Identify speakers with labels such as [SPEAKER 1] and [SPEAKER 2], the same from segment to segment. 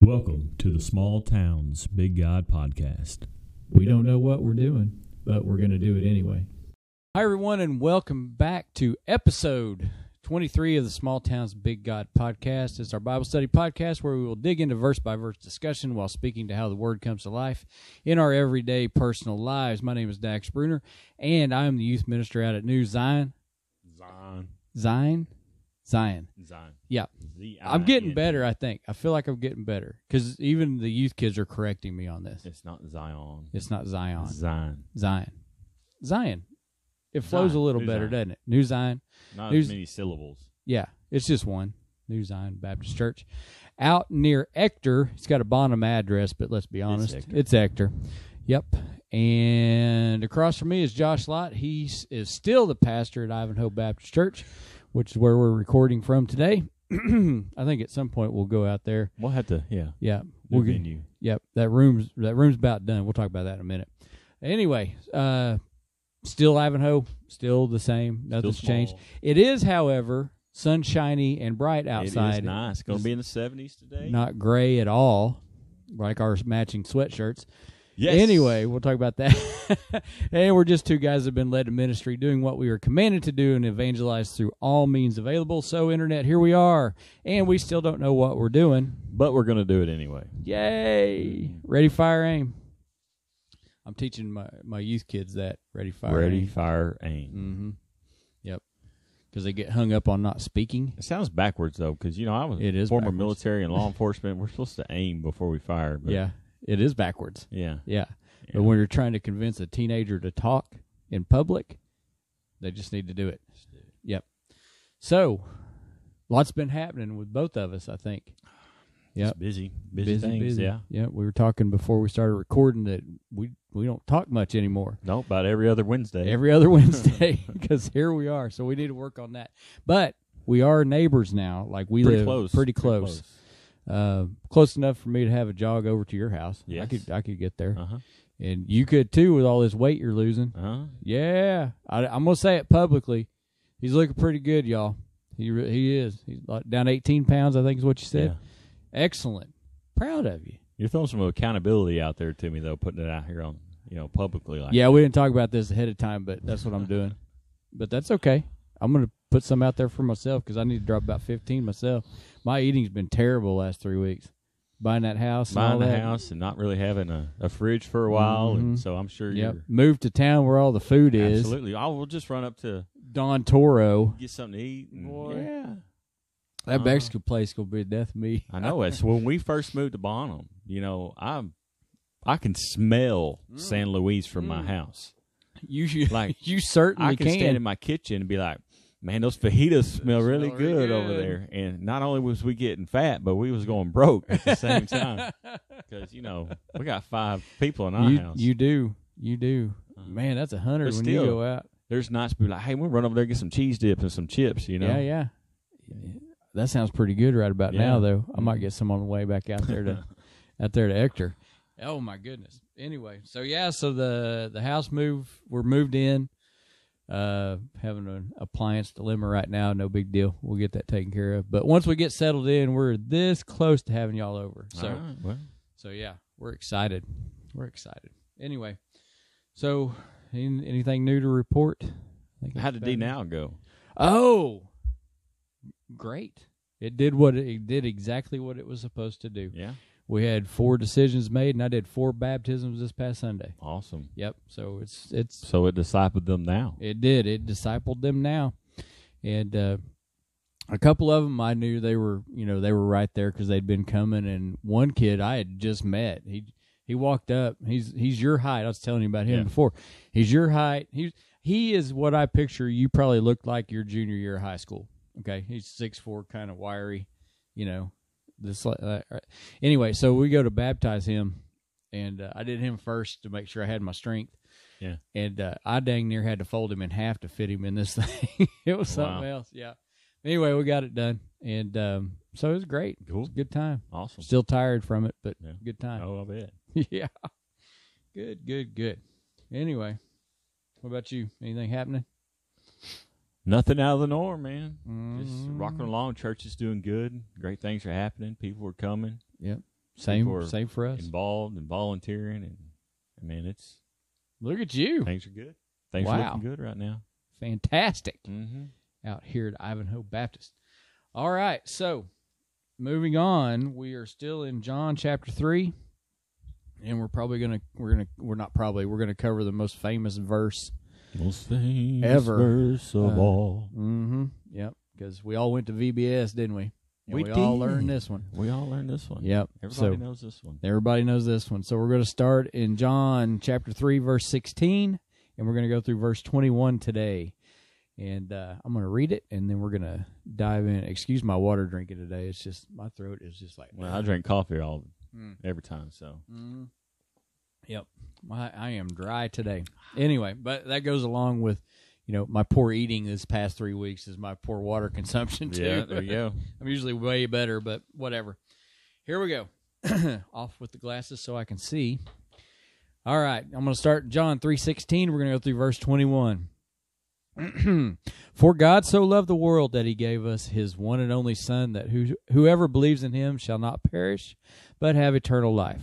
[SPEAKER 1] Welcome to the Small Towns Big God Podcast.
[SPEAKER 2] We don't know what we're doing, but we're going to do it anyway.
[SPEAKER 3] Hi, everyone, and welcome back to episode 23 of the Small Towns Big God podcast. It's our Bible study podcast where we will dig into verse by verse discussion while speaking to how the Word comes to life in our everyday personal lives. My name is Dax Bruner, and I'm the youth minister out at New Zion.
[SPEAKER 1] Zion.
[SPEAKER 3] Zion? Zion.
[SPEAKER 1] Zion.
[SPEAKER 3] Yeah.
[SPEAKER 1] Z-I-N.
[SPEAKER 3] I'm getting better, I think. I feel like I'm getting better because even the youth kids are correcting me on this.
[SPEAKER 1] It's not Zion.
[SPEAKER 3] It's not Zion.
[SPEAKER 1] Zion.
[SPEAKER 3] Zion. Zion. It flows
[SPEAKER 1] Zion.
[SPEAKER 3] a little
[SPEAKER 1] New
[SPEAKER 3] better,
[SPEAKER 1] Zion.
[SPEAKER 3] doesn't it? New Zion.
[SPEAKER 1] Not
[SPEAKER 3] There's-
[SPEAKER 1] as many syllables.
[SPEAKER 3] Yeah, it's just one. New Zion Baptist Church. Out near Ector. It's got a Bonham address, but let's be honest. It's
[SPEAKER 1] Ector.
[SPEAKER 3] Ector. Yep. And across from me is Josh Lott. He s- is still the pastor at Ivanhoe Baptist Church, which is where we're recording from today. I think at some point we'll go out there.
[SPEAKER 1] We'll have to, yeah.
[SPEAKER 3] Yeah.
[SPEAKER 1] We'll
[SPEAKER 3] We'll get,
[SPEAKER 1] you.
[SPEAKER 3] Yep, that room's that room's about done. We'll talk about that in a minute. Anyway, uh, still Ivanhoe, still the same. Nothing's changed.
[SPEAKER 1] small.
[SPEAKER 3] It is, however, sunshiny and bright
[SPEAKER 1] It is
[SPEAKER 3] outside.
[SPEAKER 1] nice. Going to be in the 70s today.
[SPEAKER 3] Not gray at all, like our matching sweatshirts.
[SPEAKER 1] Yes.
[SPEAKER 3] Anyway, we'll talk about that. and we're just two guys that have been led to ministry, doing what we were commanded to do and evangelize through all means available. So, internet, here we are, and we still don't know what we're doing.
[SPEAKER 1] But we're going to do it anyway.
[SPEAKER 3] Yay! Ready, fire, aim. I'm teaching my, my youth kids that ready, fire,
[SPEAKER 1] Ready,
[SPEAKER 3] aim.
[SPEAKER 1] fire, aim.
[SPEAKER 3] Mm-hmm. Yep. Because they get hung up on not speaking.
[SPEAKER 1] It sounds backwards, though, because, you know, I was
[SPEAKER 3] It is
[SPEAKER 1] former
[SPEAKER 3] backwards.
[SPEAKER 1] military and law enforcement. We're supposed to aim before we fire. But
[SPEAKER 3] Yeah, it is backwards.
[SPEAKER 1] Yeah.
[SPEAKER 3] Yeah.
[SPEAKER 1] Yeah.
[SPEAKER 3] but when you're trying to convince a teenager to talk in public, they just need to do it. Yep. So, lots been happening with both of us, I think. Yep.
[SPEAKER 1] It's busy. Busy, things. Yeah.
[SPEAKER 3] Yeah. We were talking before we started recording that we we don't talk much anymore.
[SPEAKER 1] No, about every other Wednesday.
[SPEAKER 3] every other Wednesday because here we are. So we need to work on that. But we are neighbors now. Like we
[SPEAKER 1] pretty
[SPEAKER 3] live
[SPEAKER 1] close.
[SPEAKER 3] pretty close, Uh, close enough for me to have a jog over to your house. I
[SPEAKER 1] Yes.
[SPEAKER 3] could I could get there,
[SPEAKER 1] Uh huh.
[SPEAKER 3] and you could too with all this weight you're losing.
[SPEAKER 1] Uh huh.
[SPEAKER 3] Yeah, I, I'm gonna say it publicly. He's looking pretty good, y'all. He re- he is. He's like down 18 pounds, I think is what you said. Excellent. Proud of you.
[SPEAKER 1] You're throwing some accountability out there to me though, putting it out here on you know publicly like
[SPEAKER 3] Yeah, we didn't talk about this ahead of time, but that's what I'm doing. But that's okay. I'm going to put some out there for myself because I need to drop about 15 myself. My eating's been terrible last three weeks. Buying that house, and all
[SPEAKER 1] buying a
[SPEAKER 3] that.
[SPEAKER 1] house and not really having a, a fridge for a while, and
[SPEAKER 3] Mhm.
[SPEAKER 1] so I'm sure
[SPEAKER 3] Yep.
[SPEAKER 1] you're
[SPEAKER 3] Moved to town where all the food is.
[SPEAKER 1] absolutely. I will just run up to
[SPEAKER 3] Don Toro.
[SPEAKER 1] get something to eat. and-
[SPEAKER 3] Boy.
[SPEAKER 1] Yeah,
[SPEAKER 3] That
[SPEAKER 1] Uh,
[SPEAKER 3] Mexican place going to be a death of me.
[SPEAKER 1] I know. It's when we first moved to Bonham. You know, I I can smell San Luis from my
[SPEAKER 3] Mm.
[SPEAKER 1] house.
[SPEAKER 3] You, you,
[SPEAKER 1] Like,
[SPEAKER 3] you certainly
[SPEAKER 1] I can, stand in my kitchen and be like, man, those fajitas smell really
[SPEAKER 3] really
[SPEAKER 1] good, over
[SPEAKER 3] good."
[SPEAKER 1] there. And not only was we getting fat, but we was going broke at the same time because you know we got five people in our
[SPEAKER 3] you,
[SPEAKER 1] house.
[SPEAKER 3] you do. You do.
[SPEAKER 1] Uh,
[SPEAKER 3] Man, that's a hundred
[SPEAKER 1] but
[SPEAKER 3] when
[SPEAKER 1] still,
[SPEAKER 3] you go out.
[SPEAKER 1] There's nights we be like, hey, we'll run over there and get some cheese dips and some chips. You know,
[SPEAKER 3] Yeah, yeah. That sounds pretty good right about
[SPEAKER 1] Yeah. Mm-hmm.
[SPEAKER 3] now, though. I might get some on the way back out there to out there to Ector. Oh my goodness. Anyway, so yeah, so the the house move we're moved in. Uh, having an appliance dilemma right now, no big deal. We'll get that taken care of. But once we get settled in, we're this close to having y'all over. So
[SPEAKER 1] All right, well,
[SPEAKER 3] so yeah, we're excited. We're excited. Anyway, so any, anything new to report? I think
[SPEAKER 1] how did
[SPEAKER 3] that's about it.
[SPEAKER 1] D now go?
[SPEAKER 3] Oh, great. It did what it, it did exactly what it was supposed to do.
[SPEAKER 1] Yeah,
[SPEAKER 3] We had four decisions made, and I did four baptisms this past Sunday.
[SPEAKER 1] awesome.
[SPEAKER 3] Yep. So it's it's
[SPEAKER 1] So it discipled them now.
[SPEAKER 3] it did it discipled them now, and uh, a couple of them I knew they were you know they were right there because they'd been coming, and one kid I had just met he he walked up he's he's your height I was telling you about him
[SPEAKER 1] Yeah.
[SPEAKER 3] before he's your height he's he is what I picture you probably looked like your junior year of high school. Okay, he's six four, kind of wiry, you know. This like uh, anyway, so we go to baptize him, and uh, I did him first to make sure I had my strength.
[SPEAKER 1] Yeah.
[SPEAKER 3] and uh, I dang near had to fold him in half to fit him in this thing. it was something else. Yeah. Anyway, we got it done, and um, so it was great. It
[SPEAKER 1] Cool,
[SPEAKER 3] was a good time.
[SPEAKER 1] awesome.
[SPEAKER 3] Still tired from it, but
[SPEAKER 1] Yeah.
[SPEAKER 3] good time.
[SPEAKER 1] Oh, I bet.
[SPEAKER 3] yeah. Good, good, good. Anyway, what about you? Anything happening?
[SPEAKER 1] Nothing out of the norm, man.
[SPEAKER 3] Mm-hmm.
[SPEAKER 1] Just rocking along. Church is doing good. Great things are happening. People are coming.
[SPEAKER 3] Yep. Same,
[SPEAKER 1] people are
[SPEAKER 3] same for us.
[SPEAKER 1] involved and volunteering, and I mean, it's
[SPEAKER 3] Look at you,
[SPEAKER 1] things are good. Things
[SPEAKER 3] Wow.
[SPEAKER 1] are looking good right now.
[SPEAKER 3] fantastic
[SPEAKER 1] Mm-hmm.
[SPEAKER 3] out here at Ivanhoe Baptist. All right, so moving on, we are still in John chapter three, and we're probably gonna we're gonna we're not probably we're gonna cover the most famous verse
[SPEAKER 1] Most famous
[SPEAKER 3] Ever.
[SPEAKER 1] verse of
[SPEAKER 3] Uh,
[SPEAKER 1] all.
[SPEAKER 3] Mm-hmm. Yep. Because we all went to VBS, didn't we? And
[SPEAKER 1] We
[SPEAKER 3] all
[SPEAKER 1] did.
[SPEAKER 3] learned this one.
[SPEAKER 1] We all learned this one.
[SPEAKER 3] Yep.
[SPEAKER 1] Everybody
[SPEAKER 3] so
[SPEAKER 1] knows this one.
[SPEAKER 3] everybody knows this one. So we're going to start in John chapter three, verse sixteen, and we're going to go through verse twenty-one today. And uh, I'm going to read it, and then we're going to dive in. Excuse my water drinking today. It's just my throat is just like
[SPEAKER 1] Well, I drink coffee all
[SPEAKER 3] Mm.
[SPEAKER 1] every time, so
[SPEAKER 3] Mhm. Yep. My, I am dry today. Anyway, but that goes along with, you know, my poor eating this past three weeks is my poor water consumption too.
[SPEAKER 1] yeah. There you go.
[SPEAKER 3] I'm usually way better, but whatever. Here we go. Off with the glasses so I can see. All right, I'm going to start John 3:16. We're going to go through verse 21. For God so loved the world that he gave us his one and only son that who, whoever believes in him shall not perish but have eternal life.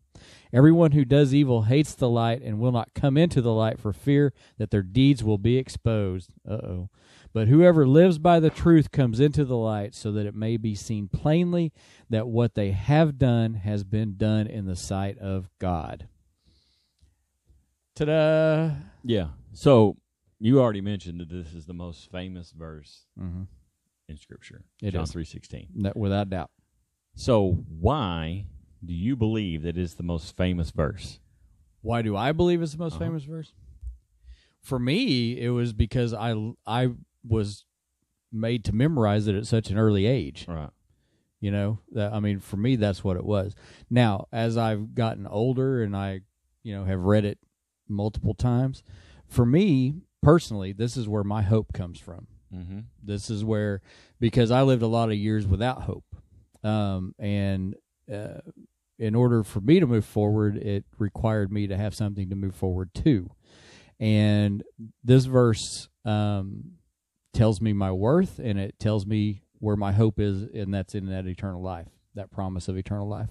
[SPEAKER 3] Everyone who does evil hates the light and will not come into the light for fear that their deeds will be exposed. Uh oh. But whoever lives by the truth comes into the light so that it may be seen plainly that what they have done has been done in the sight of God. Ta da!
[SPEAKER 1] Yeah. So you already mentioned that this is the most famous verse
[SPEAKER 3] Mm-hmm.
[SPEAKER 1] in Scripture.
[SPEAKER 3] It
[SPEAKER 1] John
[SPEAKER 3] is.
[SPEAKER 1] three sixteen.
[SPEAKER 3] Without doubt.
[SPEAKER 1] So why do you believe that is the most famous verse?
[SPEAKER 3] Why do I believe it's the most
[SPEAKER 1] Uh-huh.
[SPEAKER 3] famous verse? For me, it was because I I was made to memorize it at such an early age.
[SPEAKER 1] Right.
[SPEAKER 3] You know, that, I mean, for me, that's what it was. Now, as I've gotten older and I, you know, have read it multiple times, for me personally, this is where my hope comes from.
[SPEAKER 1] Mm-hmm.
[SPEAKER 3] This is where, because I lived a lot of years without hope, um, and uh, in order for me to move forward, it required me to have something to move forward to. And this verse um, tells me my worth, and it tells me where my hope is, and that's in that eternal life, that promise of eternal life.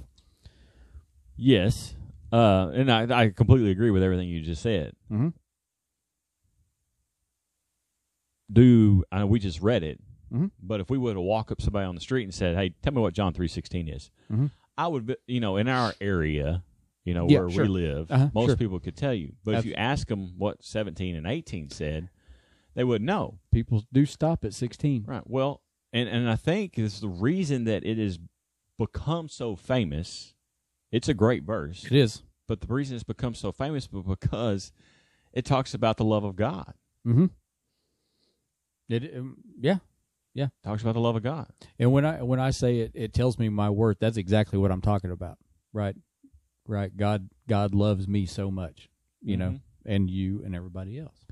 [SPEAKER 1] Yes. Uh, and I, I completely agree with everything you just said.
[SPEAKER 3] Mhm.
[SPEAKER 1] Do I, we just read it?
[SPEAKER 3] Mhm.
[SPEAKER 1] But if we would have walked up somebody on the street and said, "Hey, tell me what John three sixteen is,"
[SPEAKER 3] Mhm.
[SPEAKER 1] I would, be, you know, in our area, you know,
[SPEAKER 3] Yeah,
[SPEAKER 1] where
[SPEAKER 3] sure.
[SPEAKER 1] we live,
[SPEAKER 3] Uh-huh,
[SPEAKER 1] most
[SPEAKER 3] sure.
[SPEAKER 1] people could tell you. But if
[SPEAKER 3] Abs-
[SPEAKER 1] you ask them what seventeen and eighteen said, they would know.
[SPEAKER 3] People do stop at sixteen.
[SPEAKER 1] Right. Well, and and I think this is the reason that it has become so famous. It's a great verse,
[SPEAKER 3] It is.
[SPEAKER 1] but the reason it's become so famous is because it talks about the love of God.
[SPEAKER 3] Mm-hmm. It. um, yeah.
[SPEAKER 1] talks about the love of God.
[SPEAKER 3] And when I when I say it, it tells me my worth. That's exactly what I'm talking about, right? Right. God God loves me so much, you know,
[SPEAKER 1] Mhm.
[SPEAKER 3] and you and everybody else.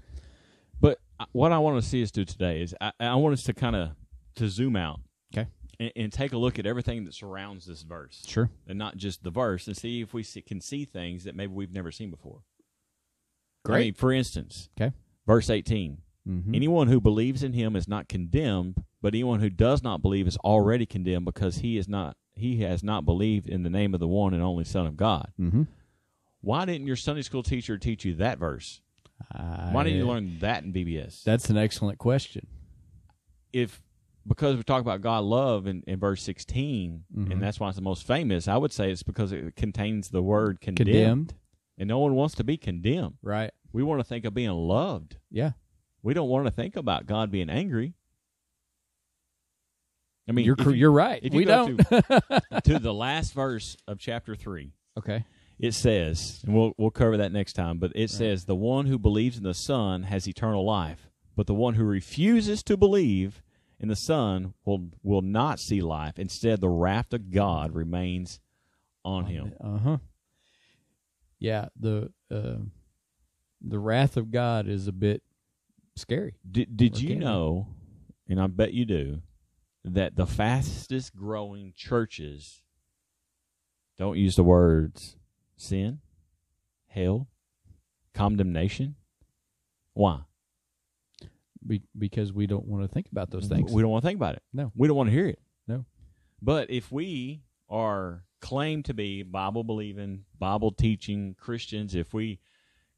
[SPEAKER 1] But I- what I want to see us do today is I, I want us to kind of to zoom out,
[SPEAKER 3] Okay.
[SPEAKER 1] and, and take a look at everything that surrounds this verse,
[SPEAKER 3] Sure.
[SPEAKER 1] and not just the verse, and see if we see, can see things that maybe we've never seen before. I
[SPEAKER 3] Great.
[SPEAKER 1] mean, for instance,
[SPEAKER 3] Okay.
[SPEAKER 1] verse eighteen.
[SPEAKER 3] Mm-hmm.
[SPEAKER 1] Anyone who believes in him is not condemned, but anyone who does not believe is already condemned because he is not he has not believed in the name of the one and only Son of God.
[SPEAKER 3] mm-hmm.
[SPEAKER 1] Why didn't your Sunday school teacher teach you that verse? Why didn't you learn that in BBS?
[SPEAKER 3] That's an excellent question.
[SPEAKER 1] if because we talk about God love in, in verse 16
[SPEAKER 3] Mhm.
[SPEAKER 1] and that's why it's the most famous, I would say it's because it contains the word condemned.
[SPEAKER 3] Condemned.
[SPEAKER 1] And no one wants to be condemned.
[SPEAKER 3] Right.
[SPEAKER 1] We want to think of being loved.
[SPEAKER 3] Yeah.
[SPEAKER 1] We don't want to think about God being angry. I mean,
[SPEAKER 3] you're
[SPEAKER 1] if
[SPEAKER 3] cor-
[SPEAKER 1] you-
[SPEAKER 3] you're right.
[SPEAKER 1] if you
[SPEAKER 3] we
[SPEAKER 1] go
[SPEAKER 3] don't.
[SPEAKER 1] to the last verse of chapter 3.
[SPEAKER 3] okay.
[SPEAKER 1] It says, and we'll we'll cover that next time, but it says the one who believes in the Son has eternal life, but the one who refuses to believe in the Son will will not see life. Instead, the wrath of God remains on him.
[SPEAKER 3] Uh huh. Yeah. The uh, the wrath of God is a bit scary.
[SPEAKER 1] Did, did
[SPEAKER 3] We're
[SPEAKER 1] you
[SPEAKER 3] getting there.
[SPEAKER 1] know, and I bet you do, that the fastest growing churches don't use the words sin, hell, condemnation? Why?
[SPEAKER 3] Be- because we don't want to think about those things.
[SPEAKER 1] We don't want to think about it.
[SPEAKER 3] No.
[SPEAKER 1] We don't want to hear it.
[SPEAKER 3] No.
[SPEAKER 1] But if we are claimed to be Bible believing, Bible teaching Christians, if we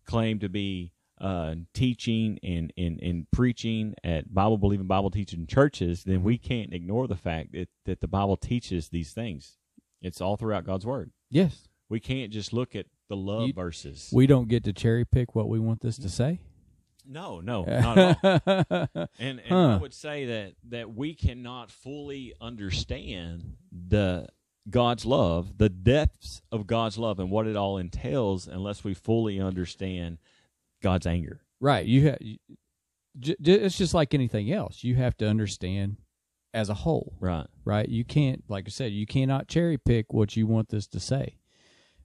[SPEAKER 1] claim to be uh, teaching and, and, and preaching at Bible believing, Bible teaching churches, then
[SPEAKER 3] Mm-hmm.
[SPEAKER 1] we can't ignore the fact that, that the Bible teaches these things. It's all throughout God's Word.
[SPEAKER 3] yes,
[SPEAKER 1] We can't just look at the love
[SPEAKER 3] You-
[SPEAKER 1] verses.
[SPEAKER 3] we don't get to cherry pick what we want this to say.
[SPEAKER 1] no, no, not at all. And, and I
[SPEAKER 3] Huh.
[SPEAKER 1] would say that that we cannot fully understand the God's love, the depths of God's love, and what it all entails, unless we fully understand God's anger.
[SPEAKER 3] right. You have. J- j- it's just like anything else. You have to understand as a whole.
[SPEAKER 1] Right.
[SPEAKER 3] right? You can't, like I said, you cannot cherry pick what you want this to say.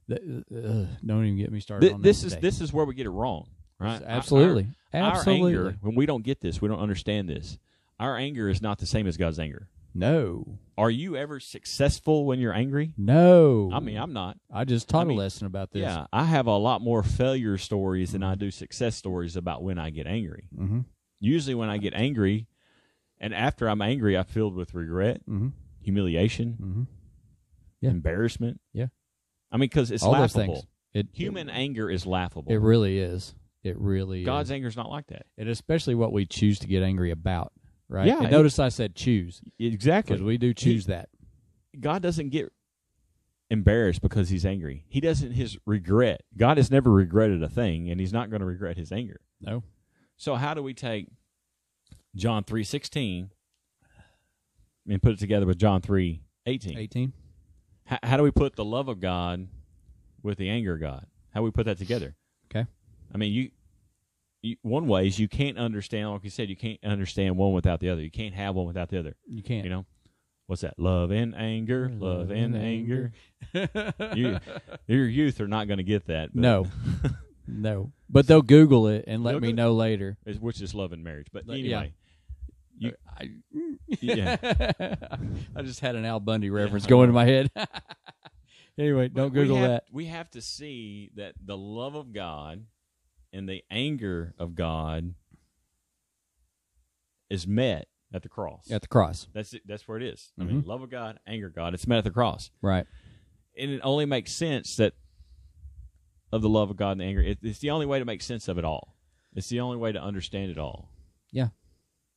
[SPEAKER 3] Th- ugh, don't even get me started. on that
[SPEAKER 1] this is
[SPEAKER 3] today.
[SPEAKER 1] this is where we get it wrong. Right.
[SPEAKER 3] absolutely,
[SPEAKER 1] Our, our
[SPEAKER 3] absolutely.
[SPEAKER 1] anger, when we don't get this, we don't understand this. Our anger is not the same as God's anger.
[SPEAKER 3] No,
[SPEAKER 1] Are you ever successful when you're angry?
[SPEAKER 3] no.
[SPEAKER 1] I mean, I'm not.
[SPEAKER 3] I just taught
[SPEAKER 1] I mean,
[SPEAKER 3] a lesson about this.
[SPEAKER 1] Yeah, I have a lot more failure stories than I do success stories about when I get angry.
[SPEAKER 3] Mm-hmm.
[SPEAKER 1] usually when I get angry, and after I'm angry, I filled with regret,
[SPEAKER 3] Mm-hmm.
[SPEAKER 1] humiliation,
[SPEAKER 3] Mm-hmm. Yeah.
[SPEAKER 1] embarrassment.
[SPEAKER 3] Yeah.
[SPEAKER 1] I mean, because it's
[SPEAKER 3] All those
[SPEAKER 1] laughable.
[SPEAKER 3] things. It
[SPEAKER 1] Human anger is laughable.
[SPEAKER 3] It, really is. It really
[SPEAKER 1] God's
[SPEAKER 3] is.
[SPEAKER 1] anger is not like that.
[SPEAKER 3] And especially what we choose to get angry about, right?
[SPEAKER 1] Yeah,
[SPEAKER 3] And
[SPEAKER 1] it-
[SPEAKER 3] notice I said choose
[SPEAKER 1] Exactly.
[SPEAKER 3] because we do choose that.
[SPEAKER 1] God doesn't get embarrassed because he's angry. He doesn't his regret. God has never regretted a thing, and he's not going to regret his anger.
[SPEAKER 3] No.
[SPEAKER 1] So how do we take John three sixteen and put it together with John three eighteen?
[SPEAKER 3] Eighteen.
[SPEAKER 1] how, how do we put the love of God with the anger of God? How do we put that together?
[SPEAKER 3] Okay.
[SPEAKER 1] I mean, you, you one way is you can't understand, like you said, you can't understand one without the other. You can't have one without the other.
[SPEAKER 3] You can't.
[SPEAKER 1] You know, what's that? Love and anger, love and anger. you, your youth are not going to get that. but-
[SPEAKER 3] No. no. But they'll Google it and let
[SPEAKER 1] They'll
[SPEAKER 3] me
[SPEAKER 1] Google-
[SPEAKER 3] know later.
[SPEAKER 1] It's- which is love and marriage. But
[SPEAKER 3] Like,
[SPEAKER 1] anyway, You-
[SPEAKER 3] I,
[SPEAKER 1] Yeah.
[SPEAKER 3] I just had an Al Bundy reference going to my head. anyway, don't
[SPEAKER 1] we
[SPEAKER 3] Google
[SPEAKER 1] have-
[SPEAKER 3] that.
[SPEAKER 1] We have to see that the love of God and the anger of God is met at the cross.
[SPEAKER 3] At the cross.
[SPEAKER 1] That's it, that's where it is. I
[SPEAKER 3] Mm-hmm.
[SPEAKER 1] mean, love of God, anger of God. It's met at the cross,
[SPEAKER 3] Right.
[SPEAKER 1] and it only makes sense that of the love of God and the anger. It, it's the only way to make sense of it all. It's the only way to understand it all.
[SPEAKER 3] Yeah.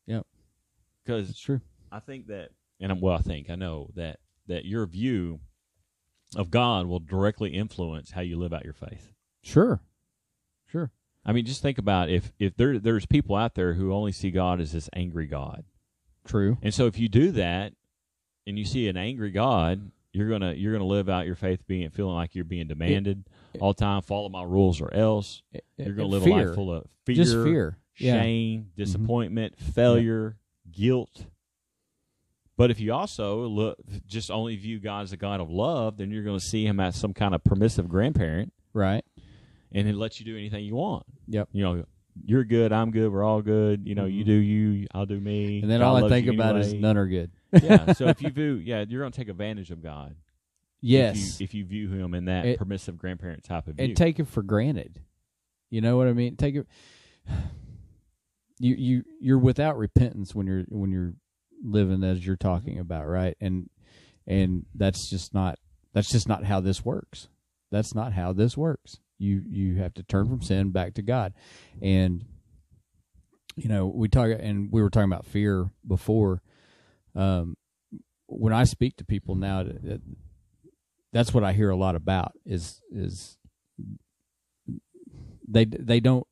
[SPEAKER 3] Yep. It's
[SPEAKER 1] Because
[SPEAKER 3] true.
[SPEAKER 1] I think that, and I'm, well, I think I know that that your view of God will directly influence how you live out your faith.
[SPEAKER 3] Sure. Sure.
[SPEAKER 1] I mean, just think about if if there there's people out there who only see God as this angry God.
[SPEAKER 3] True.
[SPEAKER 1] And so if you do that and you see an angry God, you're gonna you're gonna live out your faith being feeling like you're being demanded all the time, follow my rules or else. You're gonna live a life full of fear,
[SPEAKER 3] Just fear. Yeah. Mm-hmm.
[SPEAKER 1] shame, disappointment, failure, guilt. But if you also look just only view God as a God of love, then you're gonna see him as some kind of permissive grandparent
[SPEAKER 3] Right.
[SPEAKER 1] and he lets you do anything you want.
[SPEAKER 3] Yep. Mm-hmm.
[SPEAKER 1] You know, you're good, I'm good, we're all good, you know, you do you, I'll do me.
[SPEAKER 3] And then
[SPEAKER 1] God
[SPEAKER 3] all I
[SPEAKER 1] loves
[SPEAKER 3] think
[SPEAKER 1] you
[SPEAKER 3] about is
[SPEAKER 1] anyway.
[SPEAKER 3] none are good.
[SPEAKER 1] yeah. So if you view, yeah, you're going to take advantage of God.
[SPEAKER 3] Yes.
[SPEAKER 1] If you, if you view Him in that
[SPEAKER 3] It-
[SPEAKER 1] permissive grandparent type of view.
[SPEAKER 3] and take it for granted. You know what I mean? Take it. You you you're without repentance when you're when you're living as you're talking about, right? And and that's just not that's just not how this works. That's not how this works. You you have to turn from sin back to God, and you know we talk and we were talking about fear before. Um, when I speak to people now, that- that- that's what I hear a lot about is is they they don't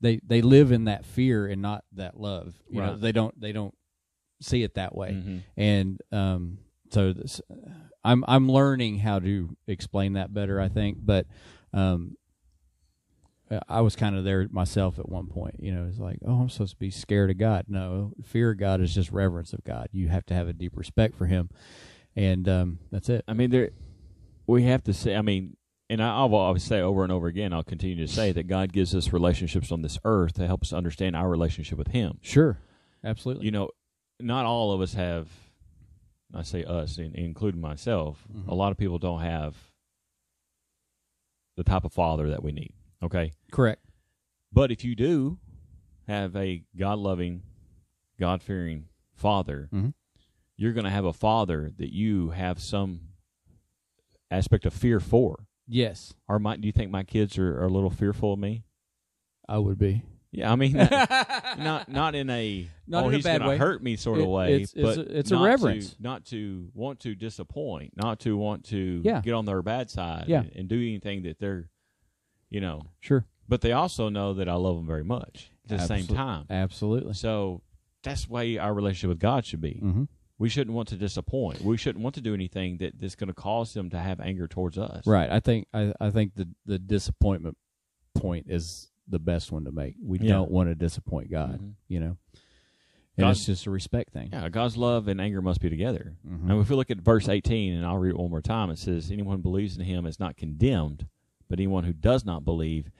[SPEAKER 3] they they live in that fear and not that love. You know,
[SPEAKER 1] Right.
[SPEAKER 3] they don't they don't see it that way
[SPEAKER 1] Mhm.
[SPEAKER 3] and um, so this, I'm I'm learning how to explain that better, I think. But um, I- I was kind of there myself at one point. You know, it's like, oh, I'm supposed to be scared of God. No, fear of God is just reverence of God. You have to have a deep respect for Him, and um, that's it.
[SPEAKER 1] I mean, there. We have to say. I mean, and I, I'll always say over and over again, I'll continue to say that God gives us relationships on this earth to help us understand our relationship with Him.
[SPEAKER 3] Sure. Absolutely.
[SPEAKER 1] You know, not all of us have, I say us, in, including myself,
[SPEAKER 3] Mhm.
[SPEAKER 1] a lot of people don't have the type of father that we need. Okay.
[SPEAKER 3] Correct.
[SPEAKER 1] But if you do have a God loving, God fearing father,
[SPEAKER 3] Mhm.
[SPEAKER 1] you're going to have a father that you have some aspect of fear for.
[SPEAKER 3] Yes.
[SPEAKER 1] Or my, do you think my kids are, are a little fearful of me?
[SPEAKER 3] I would be.
[SPEAKER 1] Yeah, I mean, not not in a
[SPEAKER 3] Not
[SPEAKER 1] oh
[SPEAKER 3] in a
[SPEAKER 1] he's
[SPEAKER 3] bad
[SPEAKER 1] gonna
[SPEAKER 3] way.
[SPEAKER 1] hurt me sort
[SPEAKER 3] It-
[SPEAKER 1] of way.
[SPEAKER 3] it's- it's
[SPEAKER 1] but
[SPEAKER 3] a- it's a
[SPEAKER 1] not to-
[SPEAKER 3] reverence.
[SPEAKER 1] not to want to disappoint, not to want to
[SPEAKER 3] Yeah.
[SPEAKER 1] get on their bad side,
[SPEAKER 3] Yeah.
[SPEAKER 1] and, and do anything that they're, you know.
[SPEAKER 3] sure.
[SPEAKER 1] But they also know that I love them very much at the
[SPEAKER 3] Absolute-
[SPEAKER 1] same time.
[SPEAKER 3] Absolutely.
[SPEAKER 1] So that's the way our relationship with God should be.
[SPEAKER 3] Mhm.
[SPEAKER 1] We shouldn't want to disappoint. We shouldn't want to do anything that, that's going to cause them to have anger towards us.
[SPEAKER 3] Right. I think I, I think the the disappointment point is the best one to make. We
[SPEAKER 1] Yeah.
[SPEAKER 3] don't want to disappoint God,
[SPEAKER 1] Mhm.
[SPEAKER 3] you know. And
[SPEAKER 1] God-
[SPEAKER 3] it's just a respect thing.
[SPEAKER 1] Yeah, God's love and anger must be together.
[SPEAKER 3] Mhm.
[SPEAKER 1] Now, if we look at verse 18, and I'll read it one more time, it says, Anyone who believes in him is not condemned, but anyone who does not believe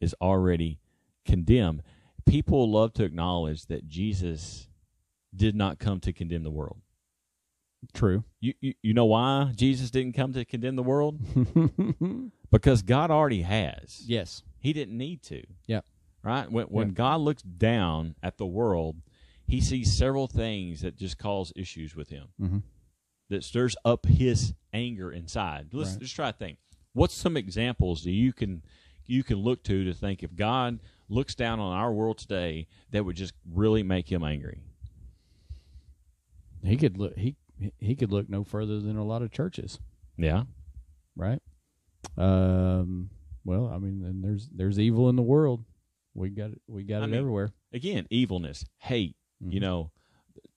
[SPEAKER 1] is already condemned. People love to acknowledge that Jesus did not come to condemn the world.
[SPEAKER 3] True.
[SPEAKER 1] You, you, you know why Jesus didn't come to condemn the world? Because God already has.
[SPEAKER 3] yes.
[SPEAKER 1] He didn't need to.
[SPEAKER 3] Yeah.
[SPEAKER 1] Right? When, when
[SPEAKER 3] Yeah.
[SPEAKER 1] God looks down at the world, he sees several things that just cause issues with him,
[SPEAKER 3] Mhm.
[SPEAKER 1] that stirs up his anger inside. Let's
[SPEAKER 3] Right.
[SPEAKER 1] just try to think. What's some examples that you can you can look to to think if God looks down on our world today, that would just really make him angry?
[SPEAKER 3] He could look he he could look no further than a lot of churches,
[SPEAKER 1] Yeah.
[SPEAKER 3] right? Um well, I mean, and there's there's evil in the world. We got it we got
[SPEAKER 1] I
[SPEAKER 3] it
[SPEAKER 1] mean,
[SPEAKER 3] everywhere.
[SPEAKER 1] Again, evilness, hate, you
[SPEAKER 3] Mhm.
[SPEAKER 1] know,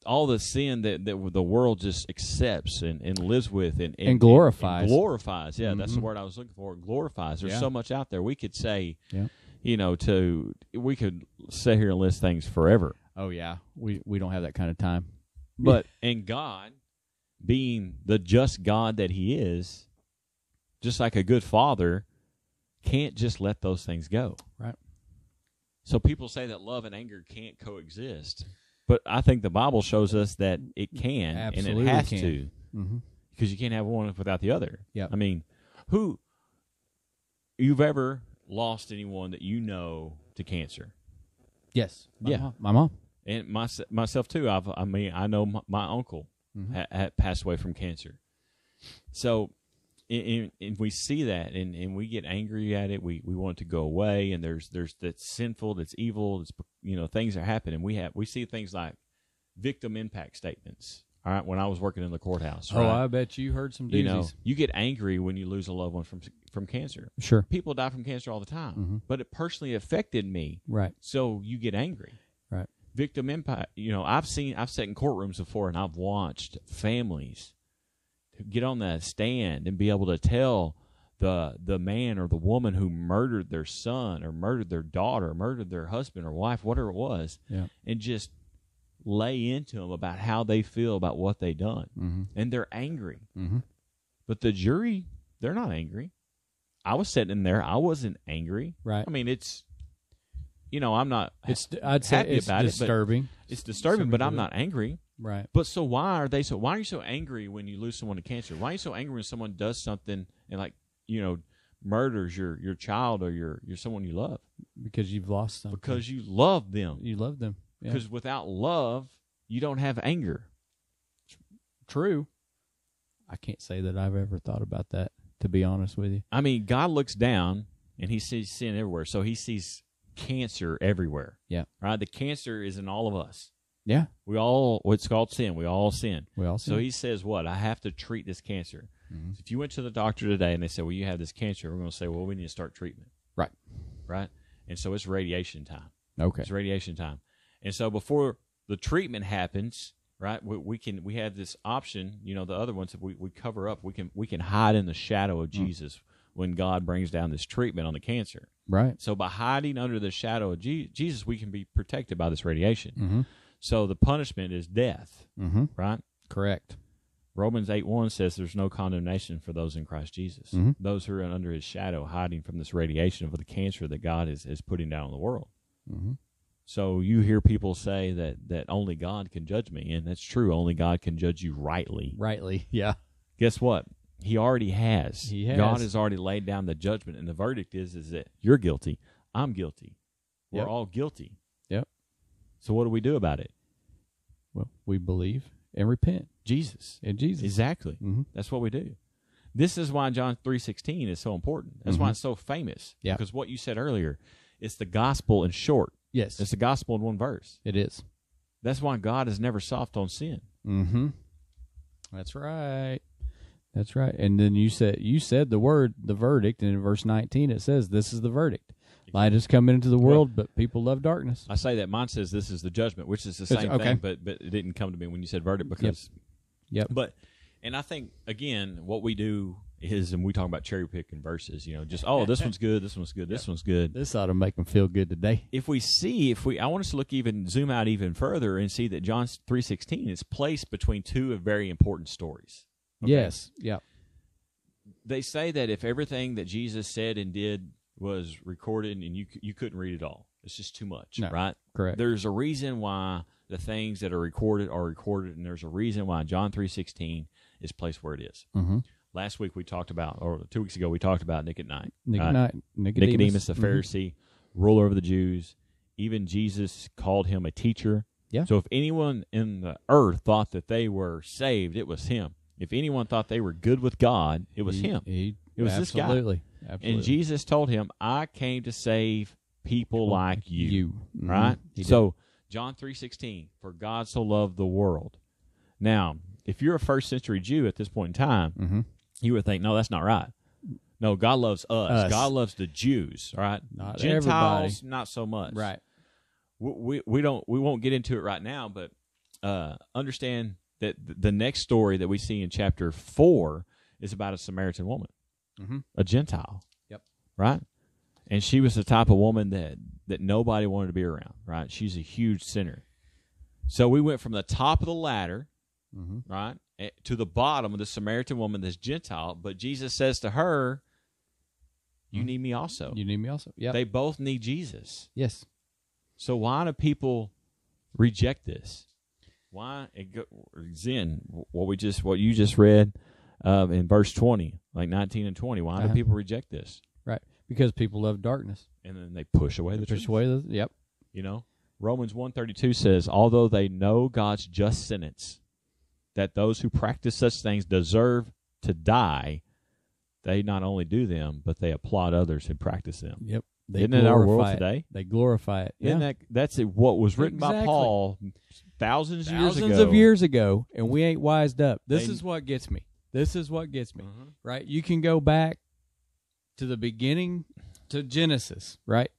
[SPEAKER 1] all the sin that, that the world just accepts and, and lives with and,
[SPEAKER 3] And glorifies.
[SPEAKER 1] and glorifies. Yeah, that's the
[SPEAKER 3] Mhm.
[SPEAKER 1] word I was looking for. Glorifies. There's
[SPEAKER 3] Yeah.
[SPEAKER 1] so much out there. We could say,
[SPEAKER 3] Yeah.
[SPEAKER 1] you know, to we could sit here and list things forever.
[SPEAKER 3] Oh yeah. We we don't have that kind of time.
[SPEAKER 1] But and God, being the just God that He is, just like a good father, can't just let those things go.
[SPEAKER 3] Right.
[SPEAKER 1] So people say that love and anger can't coexist, but I think the Bible shows us that it can
[SPEAKER 3] Absolutely
[SPEAKER 1] and it has
[SPEAKER 3] can.
[SPEAKER 1] to
[SPEAKER 3] Mhm.
[SPEAKER 1] because you can't have one without the other.
[SPEAKER 3] Yep.
[SPEAKER 1] I mean, who you've ever lost anyone that you know to cancer?
[SPEAKER 3] Yes. My
[SPEAKER 1] Yeah.
[SPEAKER 3] mom- My mom.
[SPEAKER 1] and my, myself too. I've, I mean, I know my, my uncle
[SPEAKER 3] Mhm.
[SPEAKER 1] ha, had passed away from cancer. So, and, and- and we see that, and, and we get angry at it. We we want it to go away, and there's there's that's sinful, that's evil, that's you know things that happen, and we have we see things like victim impact statements. All right, when I was working in the courthouse,
[SPEAKER 3] Oh,
[SPEAKER 1] right?
[SPEAKER 3] I bet you heard some doozies.
[SPEAKER 1] you know, you get angry when you lose a loved one from from cancer.
[SPEAKER 3] Sure.
[SPEAKER 1] People die from cancer all the time,
[SPEAKER 3] Mhm.
[SPEAKER 1] but it personally affected me
[SPEAKER 3] Right.
[SPEAKER 1] so you get angry
[SPEAKER 3] Right.
[SPEAKER 1] victim impact you know i've seen i've sat in courtrooms before and i've watched families get on the stand and be able to tell the the man or the woman who murdered their son or murdered their daughter murdered their husband or wife whatever it was
[SPEAKER 3] Yeah.
[SPEAKER 1] and just lay into them about how they feel about what they done
[SPEAKER 3] Mm-hmm.
[SPEAKER 1] and they're angry
[SPEAKER 3] Mm-hmm.
[SPEAKER 1] but the jury they're not angry i was sitting in there i wasn't angry
[SPEAKER 3] Right.
[SPEAKER 1] i mean it's you know i'm not
[SPEAKER 3] It's I'd say
[SPEAKER 1] happy
[SPEAKER 3] it's
[SPEAKER 1] about it, but-
[SPEAKER 3] disturbing.
[SPEAKER 1] it's disturbing, but I'm
[SPEAKER 3] Disturbing
[SPEAKER 1] not angry.
[SPEAKER 3] Right.
[SPEAKER 1] But so why are they so? Why are you so angry when you lose someone to cancer? Why are you so angry when someone does something and like you know murders your your child or your your someone you love
[SPEAKER 3] Because you've lost them.
[SPEAKER 1] because you love them?
[SPEAKER 3] you love them. Yeah.
[SPEAKER 1] Because without love, you don't have anger.
[SPEAKER 3] true. I can't say that I've ever thought about that. To be honest with you.
[SPEAKER 1] I mean, God looks down and He sees sin everywhere, so He sees cancer everywhere.
[SPEAKER 3] Yeah.
[SPEAKER 1] right. The cancer is in all of us.
[SPEAKER 3] Yeah.
[SPEAKER 1] We all it's called sin. We all sin.
[SPEAKER 3] We also.
[SPEAKER 1] So he says, "What? I have to treat this cancer."
[SPEAKER 3] Mhm.
[SPEAKER 1] So if you went to the doctor today and they said, "Well, you have this cancer," we're going to say, "Well, we need to start treatment."
[SPEAKER 3] Right.
[SPEAKER 1] Right. And so it's radiation time.
[SPEAKER 3] okay.
[SPEAKER 1] It's radiation time. And so before the treatment happens, right, we, we can we have this option. You know, the other ones if we, we cover up, we can we can hide in the shadow
[SPEAKER 3] Hmm.
[SPEAKER 1] of Jesus when God brings down this treatment on the cancer.
[SPEAKER 3] Right.
[SPEAKER 1] So by hiding under the shadow of Je- Jesus, we can be protected by this radiation.
[SPEAKER 3] Mm-hmm.
[SPEAKER 1] So the punishment is death,
[SPEAKER 3] Mm-hmm.
[SPEAKER 1] right?
[SPEAKER 3] Correct.
[SPEAKER 1] Romans 8 1 says there's no condemnation for those in Christ Jesus,
[SPEAKER 3] Mhm.
[SPEAKER 1] those who are under his shadow, hiding from this radiation of the cancer that God is, is putting down on the world.
[SPEAKER 3] Mm-hmm.
[SPEAKER 1] So you hear people say that, that only God can judge me, and that's true. Only God can judge you rightly.
[SPEAKER 3] Rightly, yeah.
[SPEAKER 1] Guess what? He already has.
[SPEAKER 3] He has.
[SPEAKER 1] God has already laid down the judgment, and the verdict is is that you're guilty. I'm guilty. We're
[SPEAKER 3] Yep.
[SPEAKER 1] all guilty.
[SPEAKER 3] Yep.
[SPEAKER 1] So what do we do about it?
[SPEAKER 3] Well, we believe and repent
[SPEAKER 1] Jesus.
[SPEAKER 3] in Jesus.
[SPEAKER 1] Exactly.
[SPEAKER 3] Mm-hmm.
[SPEAKER 1] That's what we do. This is why John 3:16 is so important. That's why it's so famous.
[SPEAKER 3] Mm-hmm. Yeah.
[SPEAKER 1] Because what you said earlier, it's the gospel in short.
[SPEAKER 3] Yes,
[SPEAKER 1] It's the gospel in one verse.
[SPEAKER 3] it is.
[SPEAKER 1] That's why God is never soft on sin.
[SPEAKER 3] Mm-hmm. That's right. That's right. And then you said you said the word the verdict, and in verse nineteen it says, "This is the verdict. Light has come into the world, but people love darkness."
[SPEAKER 1] I say that mine says this is the judgment, which is the
[SPEAKER 3] It's-
[SPEAKER 1] same
[SPEAKER 3] okay.
[SPEAKER 1] thing, but but it didn't come to me when you said verdict because
[SPEAKER 3] Yep.
[SPEAKER 1] But and I think again, what we do is and we talk about cherry picking verses, you know, just oh, this one's good, this one's good, this one's good.
[SPEAKER 3] This ought to make them feel good today.
[SPEAKER 1] if we see if we i want us to look even zoom out even further and see that john 3.16 is placed between two of very important stories
[SPEAKER 3] Yes. Yeah.
[SPEAKER 1] they say that if everything that jesus said and did was recorded and you, c- you couldn't read it all it's just too much
[SPEAKER 3] No,
[SPEAKER 1] right
[SPEAKER 3] Correct.
[SPEAKER 1] there's a reason why the things that are recorded are recorded and there's a reason why john 3.16 is placed where it is
[SPEAKER 3] Mm-hmm.
[SPEAKER 1] last week we talked about or two weeks ago we talked about nick at night Uh,
[SPEAKER 3] Nicodemus,
[SPEAKER 1] Nicodemus the
[SPEAKER 3] Mhm.
[SPEAKER 1] Pharisee, ruler of the Jews. Even Jesus called him a teacher.
[SPEAKER 3] Yeah.
[SPEAKER 1] So if anyone in the earth thought that they were saved, it was him. If anyone thought they were good with God, it was
[SPEAKER 3] He-
[SPEAKER 1] him.
[SPEAKER 3] he-
[SPEAKER 1] It was this guy.
[SPEAKER 3] absolutely, this guy. Absolutely.
[SPEAKER 1] And Jesus told him, "I came to save people like you."
[SPEAKER 3] Mhm.
[SPEAKER 1] Right?
[SPEAKER 3] He did.
[SPEAKER 1] So John 3:16, "For God so loved the world." Now, if you're a first century Jew at this point in time,
[SPEAKER 3] Mhm.
[SPEAKER 1] you would think, no, that's not right. No, God loves us.
[SPEAKER 3] Us.
[SPEAKER 1] God loves the Jews, all right?
[SPEAKER 3] Not
[SPEAKER 1] Gentiles, not so much.
[SPEAKER 3] Right.
[SPEAKER 1] We, we we don't we won't get into it right now, but uh, understand that th- the next story that we see in chapter four is about a Samaritan woman,
[SPEAKER 3] Mhm.
[SPEAKER 1] a Gentile.
[SPEAKER 3] Yep.
[SPEAKER 1] Right. And she was the type of woman that that nobody wanted to be around. Right. She's a huge sinner. So we went from the top of the ladder
[SPEAKER 3] Mm-hmm.
[SPEAKER 1] right? eh, To the bottom of the Samaritan woman, this Gentile. But Jesus says to her, You
[SPEAKER 3] Mhm.
[SPEAKER 1] need me also.
[SPEAKER 3] You need me also. Yeah.
[SPEAKER 1] They both need Jesus.
[SPEAKER 3] Yes.
[SPEAKER 1] So why do people reject this? Why it go- Zen? What we just, what you just read um, in verse twenty, like nineteen and twenty. Why
[SPEAKER 3] Uh-huh.
[SPEAKER 1] do people reject this?
[SPEAKER 3] Right. Because people love darkness.
[SPEAKER 1] And then they push away the
[SPEAKER 3] Push
[SPEAKER 1] truth.
[SPEAKER 3] away the- Yep.
[SPEAKER 1] You know, Romans 132 says, although they know God's just sentence, that those who practice such things deserve to die, they not only do them, but they applaud others who practice them.
[SPEAKER 3] Yep.
[SPEAKER 1] Isn't it our world
[SPEAKER 3] glorify it.
[SPEAKER 1] today?
[SPEAKER 3] They glorify it.
[SPEAKER 1] Isn't that that's it, what was written by
[SPEAKER 3] Exactly.
[SPEAKER 1] Paul thousands,
[SPEAKER 3] Thousands
[SPEAKER 1] years ago.
[SPEAKER 3] of years ago, and we ain't wised up. This
[SPEAKER 1] They-
[SPEAKER 3] is what gets me. This is what gets me.
[SPEAKER 1] Mhm.
[SPEAKER 3] Right? You can go back to the beginning to Genesis. Right?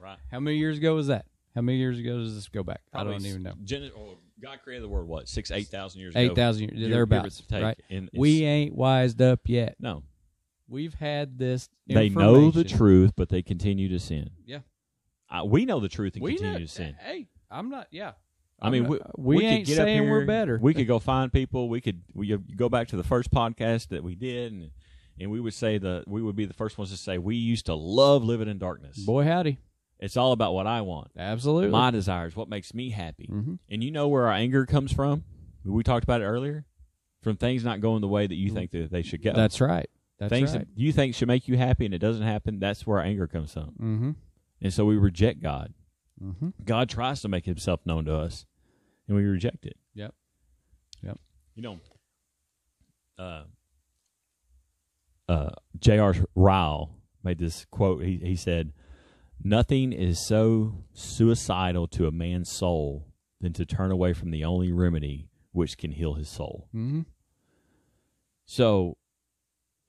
[SPEAKER 1] Right.
[SPEAKER 3] How many years ago was that? How many years ago does this go back? I don't even know.
[SPEAKER 1] Gen- or God created the world what six eight thousand years ago.
[SPEAKER 3] Eight thousand years.
[SPEAKER 1] Give-
[SPEAKER 3] Thereabouts.
[SPEAKER 1] give or take.
[SPEAKER 3] Right?
[SPEAKER 1] And it's-
[SPEAKER 3] We ain't wised up yet.
[SPEAKER 1] no,
[SPEAKER 3] We've had this.
[SPEAKER 1] they know the
[SPEAKER 3] information.
[SPEAKER 1] truth, but they continue to sin.
[SPEAKER 3] Yeah.
[SPEAKER 1] Uh, we know the truth and
[SPEAKER 3] We
[SPEAKER 1] continue
[SPEAKER 3] know-
[SPEAKER 1] to sin.
[SPEAKER 3] Hey, I'm not. Yeah.
[SPEAKER 1] I mean,
[SPEAKER 3] I'm
[SPEAKER 1] we,
[SPEAKER 3] not- we
[SPEAKER 1] could
[SPEAKER 3] ain't
[SPEAKER 1] get up
[SPEAKER 3] saying we're
[SPEAKER 1] here,
[SPEAKER 3] better.
[SPEAKER 1] We could go find people. We could we you go back to the first podcast that we did, and and we would say the we would be the first ones to say we used to love living in darkness.
[SPEAKER 3] Boy, howdy.
[SPEAKER 1] It's all about what I want,
[SPEAKER 3] Absolutely.
[SPEAKER 1] my desires, what makes me happy,
[SPEAKER 3] Mhm.
[SPEAKER 1] and you know where our anger comes from. We talked about it earlier, from things not going the way that you think that they should go.
[SPEAKER 3] That's right. That's
[SPEAKER 1] things
[SPEAKER 3] right.
[SPEAKER 1] that you think should make you happy, and it doesn't happen. That's where our anger comes from,
[SPEAKER 3] mm-hmm.
[SPEAKER 1] and so we reject God.
[SPEAKER 3] Mm-hmm.
[SPEAKER 1] God tries to make Himself known to us, and we reject it.
[SPEAKER 3] Yep. Yep.
[SPEAKER 1] You know, uh, uh, J.R. Ryle made this quote. He he said, "Nothing is so suicidal to a man's soul than to turn away from the only remedy which can heal his soul."
[SPEAKER 3] Mm-hmm.
[SPEAKER 1] So,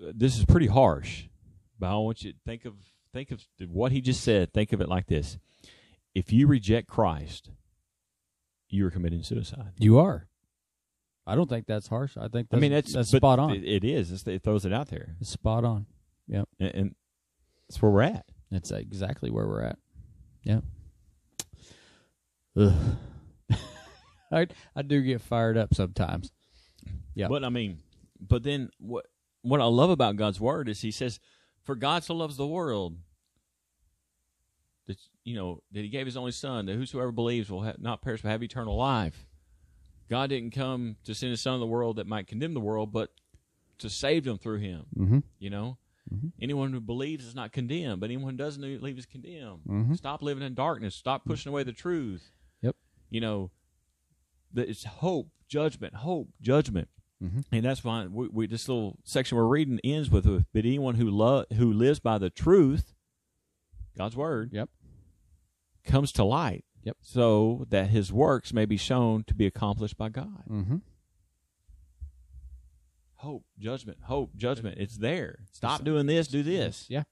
[SPEAKER 1] uh, this is pretty harsh, but I want you to think of think of what he just said. Think of it like this: If you reject Christ, you are committing suicide.
[SPEAKER 3] You are. I don't think that's harsh. I
[SPEAKER 1] I
[SPEAKER 3] think that's,
[SPEAKER 1] mean, that's,
[SPEAKER 3] that's
[SPEAKER 1] but
[SPEAKER 3] spot on.
[SPEAKER 1] It, it is. It's, it throws it out there,
[SPEAKER 3] it's spot on.
[SPEAKER 1] and, and that's where we're at.
[SPEAKER 3] That's exactly where we're at. Yeah. Ugh. I I do get fired up sometimes. Yeah.
[SPEAKER 1] But I mean, but then what? What I love about God's word is He says, "For God so loves the world that you know that He gave His only Son, that whosoever believes will ha- not perish but have eternal life." God didn't come to send His Son of the world that might condemn the world, but to save them through Him.
[SPEAKER 3] Mm-hmm.
[SPEAKER 1] You know, anyone who believes is not condemned, but anyone who doesn't believe is condemned.
[SPEAKER 3] Mhm.
[SPEAKER 1] Stop living in darkness. Stop pushing away the truth.
[SPEAKER 3] Mm-hmm. Yep.
[SPEAKER 1] You know, that it's hope, judgment, hope, judgment,
[SPEAKER 3] Mhm.
[SPEAKER 1] and that's why we, we this little section we're reading ends with, with "But anyone who lo- who lives by the truth, God's word,
[SPEAKER 3] Yep.
[SPEAKER 1] comes to light."
[SPEAKER 3] Yep.
[SPEAKER 1] So that his works may be shown to be accomplished by God.
[SPEAKER 3] Mm-hmm.
[SPEAKER 1] Hope, judgment, hope, judgment. It's there. Stop doing this, do this.
[SPEAKER 3] Yeah.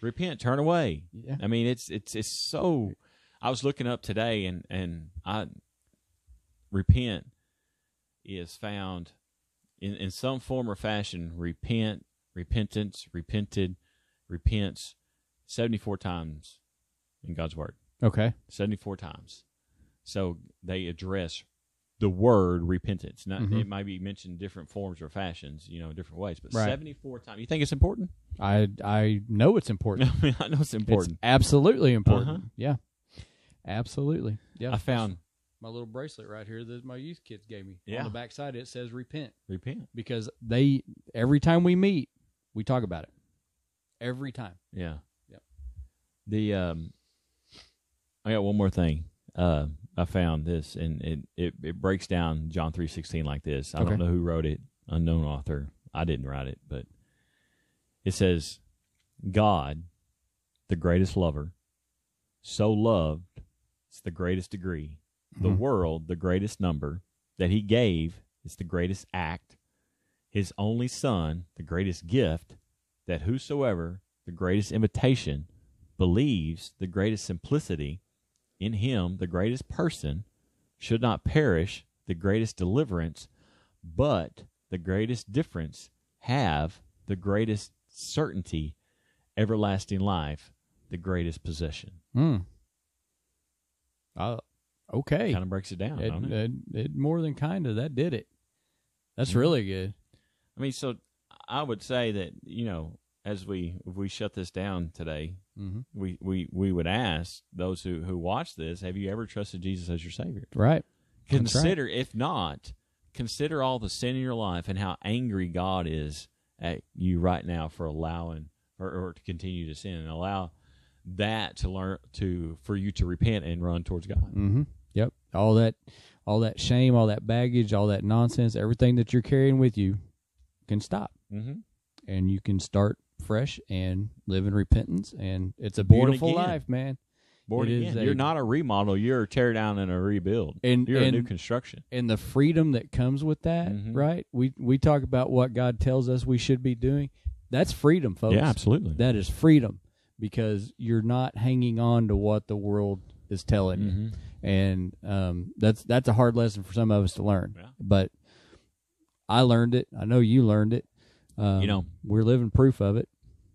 [SPEAKER 1] Repent, turn away.
[SPEAKER 3] Yeah.
[SPEAKER 1] I mean, it's it's it's so. I was looking up today, and and I repent is found in in some form or fashion. Repent, repentance, repented, repents seventy four times in God's word.
[SPEAKER 3] Okay.
[SPEAKER 1] 74 times. So they address the word repentance. Not
[SPEAKER 3] Mhm.
[SPEAKER 1] it might be mentioned in different forms or fashions, you know, in different ways, but
[SPEAKER 3] Right.
[SPEAKER 1] 74 times. You think it's important?
[SPEAKER 3] I I know it's important.
[SPEAKER 1] I mean, I know it's important.
[SPEAKER 3] It's absolutely important.
[SPEAKER 1] Uh-huh.
[SPEAKER 3] Yeah. Absolutely. Yeah.
[SPEAKER 1] I found
[SPEAKER 3] my little bracelet right here that my youth kids gave me.
[SPEAKER 1] Yeah.
[SPEAKER 3] On the back side it says repent
[SPEAKER 1] repent.
[SPEAKER 3] because they every time we meet, we talk about it. Every time.
[SPEAKER 1] Yeah.
[SPEAKER 3] Yep.
[SPEAKER 1] The um I got one more thing. Uh I found this and it it, it breaks down John 3:16 like this. I
[SPEAKER 3] Okay.
[SPEAKER 1] don't know who wrote it, unknown author. I didn't write it, but it says God, the greatest lover, so loved, it's the greatest degree, the
[SPEAKER 3] Mhm.
[SPEAKER 1] world, the greatest number, that he gave, it's the greatest act, his only son, the greatest gift, that whosoever, the greatest imitation, believes, the greatest simplicity, in him, the greatest person, should not perish, the greatest deliverance, but the greatest difference, have the greatest certainty, everlasting life, the greatest possession.
[SPEAKER 3] Hmm. Uh, okay.
[SPEAKER 1] Kind of breaks it down.
[SPEAKER 3] it,
[SPEAKER 1] don't it?
[SPEAKER 3] it, it more than kind of that did it. That's
[SPEAKER 1] Mhm.
[SPEAKER 3] really good.
[SPEAKER 1] I mean, so I would say that you know, as we if we shut this down today,
[SPEAKER 3] Mm-hmm.
[SPEAKER 1] we we we would ask those who who watch this, have you ever trusted Jesus as your Savior?
[SPEAKER 3] Right. That's right.
[SPEAKER 1] Consider, if not, consider all the sin in your life and how angry God is at you right now for allowing or, or to continue to sin and allow that to learn to for you to repent and run towards God.
[SPEAKER 3] Mm-hmm. Yep. All that, all that shame, all that baggage, all that nonsense, everything that you're carrying with you, can stop,
[SPEAKER 1] Mm-hmm.
[SPEAKER 3] and you can start fresh and live in repentance. And it's a
[SPEAKER 1] Born
[SPEAKER 3] beautiful
[SPEAKER 1] again.
[SPEAKER 3] life, man.
[SPEAKER 1] Born
[SPEAKER 3] It is
[SPEAKER 1] again.
[SPEAKER 3] a-
[SPEAKER 1] You're not a remodel. You're a tear down and a rebuild.
[SPEAKER 3] And
[SPEAKER 1] You're
[SPEAKER 3] and,
[SPEAKER 1] a new construction.
[SPEAKER 3] and the freedom that comes with that,
[SPEAKER 1] Mhm.
[SPEAKER 3] right? We we talk about what God tells us we should be doing. That's freedom, folks.
[SPEAKER 1] Yeah, absolutely.
[SPEAKER 3] That is freedom because you're not hanging on to what the world is telling you.
[SPEAKER 1] Mhm.
[SPEAKER 3] and um, that's that's a hard lesson for some of us to learn.
[SPEAKER 1] Yeah.
[SPEAKER 3] But I learned it. I know you learned it. Um,
[SPEAKER 1] You know.
[SPEAKER 3] we're living proof of it.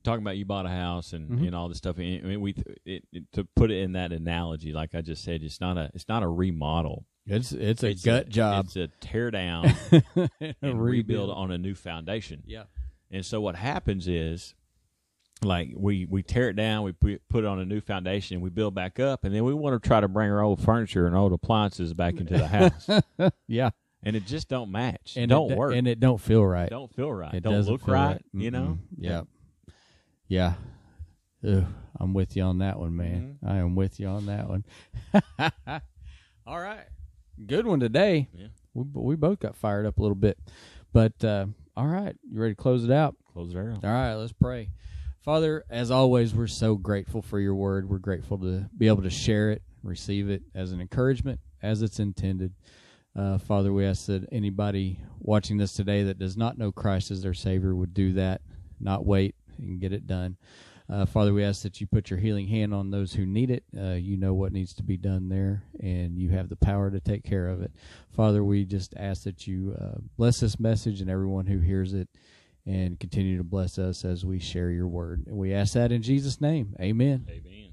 [SPEAKER 1] talking about you bought a house and,
[SPEAKER 3] Mhm.
[SPEAKER 1] and all this stuff. I mean, we it, it- to put it in that analogy, like I just said, it's not a it's not a remodel.
[SPEAKER 3] It's it's a gut job.
[SPEAKER 1] It's a tear down
[SPEAKER 3] A
[SPEAKER 1] and rebuild on a new foundation.
[SPEAKER 3] Yeah.
[SPEAKER 1] And so what happens is, like we we tear it down, we pu- put it on a new foundation, we build back up, and then we want to try to bring our old furniture and old appliances back into the house,
[SPEAKER 3] Yeah.
[SPEAKER 1] and it just don't match.
[SPEAKER 3] And
[SPEAKER 1] don't
[SPEAKER 3] it,
[SPEAKER 1] work.
[SPEAKER 3] And it don't feel right.
[SPEAKER 1] don't feel right.
[SPEAKER 3] it
[SPEAKER 1] don't
[SPEAKER 3] doesn't
[SPEAKER 1] look
[SPEAKER 3] feel
[SPEAKER 1] right. You
[SPEAKER 3] Mm-mm.
[SPEAKER 1] know.
[SPEAKER 3] Yeah. Yeah. Ugh, I'm with you on that one, man. I am with you on that one. All right. Good one today.
[SPEAKER 1] Yeah.
[SPEAKER 3] We, we both got fired up a little bit. But uh, all right. You ready to close it out?
[SPEAKER 1] Close it out.
[SPEAKER 3] All right, let's pray. Father, as always, we're so grateful for your word. We're grateful to be able to share it, receive it as an encouragement, as it's intended. Uh, Father, we ask that anybody watching this today that does not know Christ as their Savior would do that, not wait and get it done. Uh, Father, we ask that you put your healing hand on those who need it. Uh, you know what needs to be done there, and you have the power to take care of it. Father, we just ask that you uh, bless this message and everyone who hears it and continue to bless us as we share your word. And we ask that in Jesus' name. Amen.
[SPEAKER 1] Amen.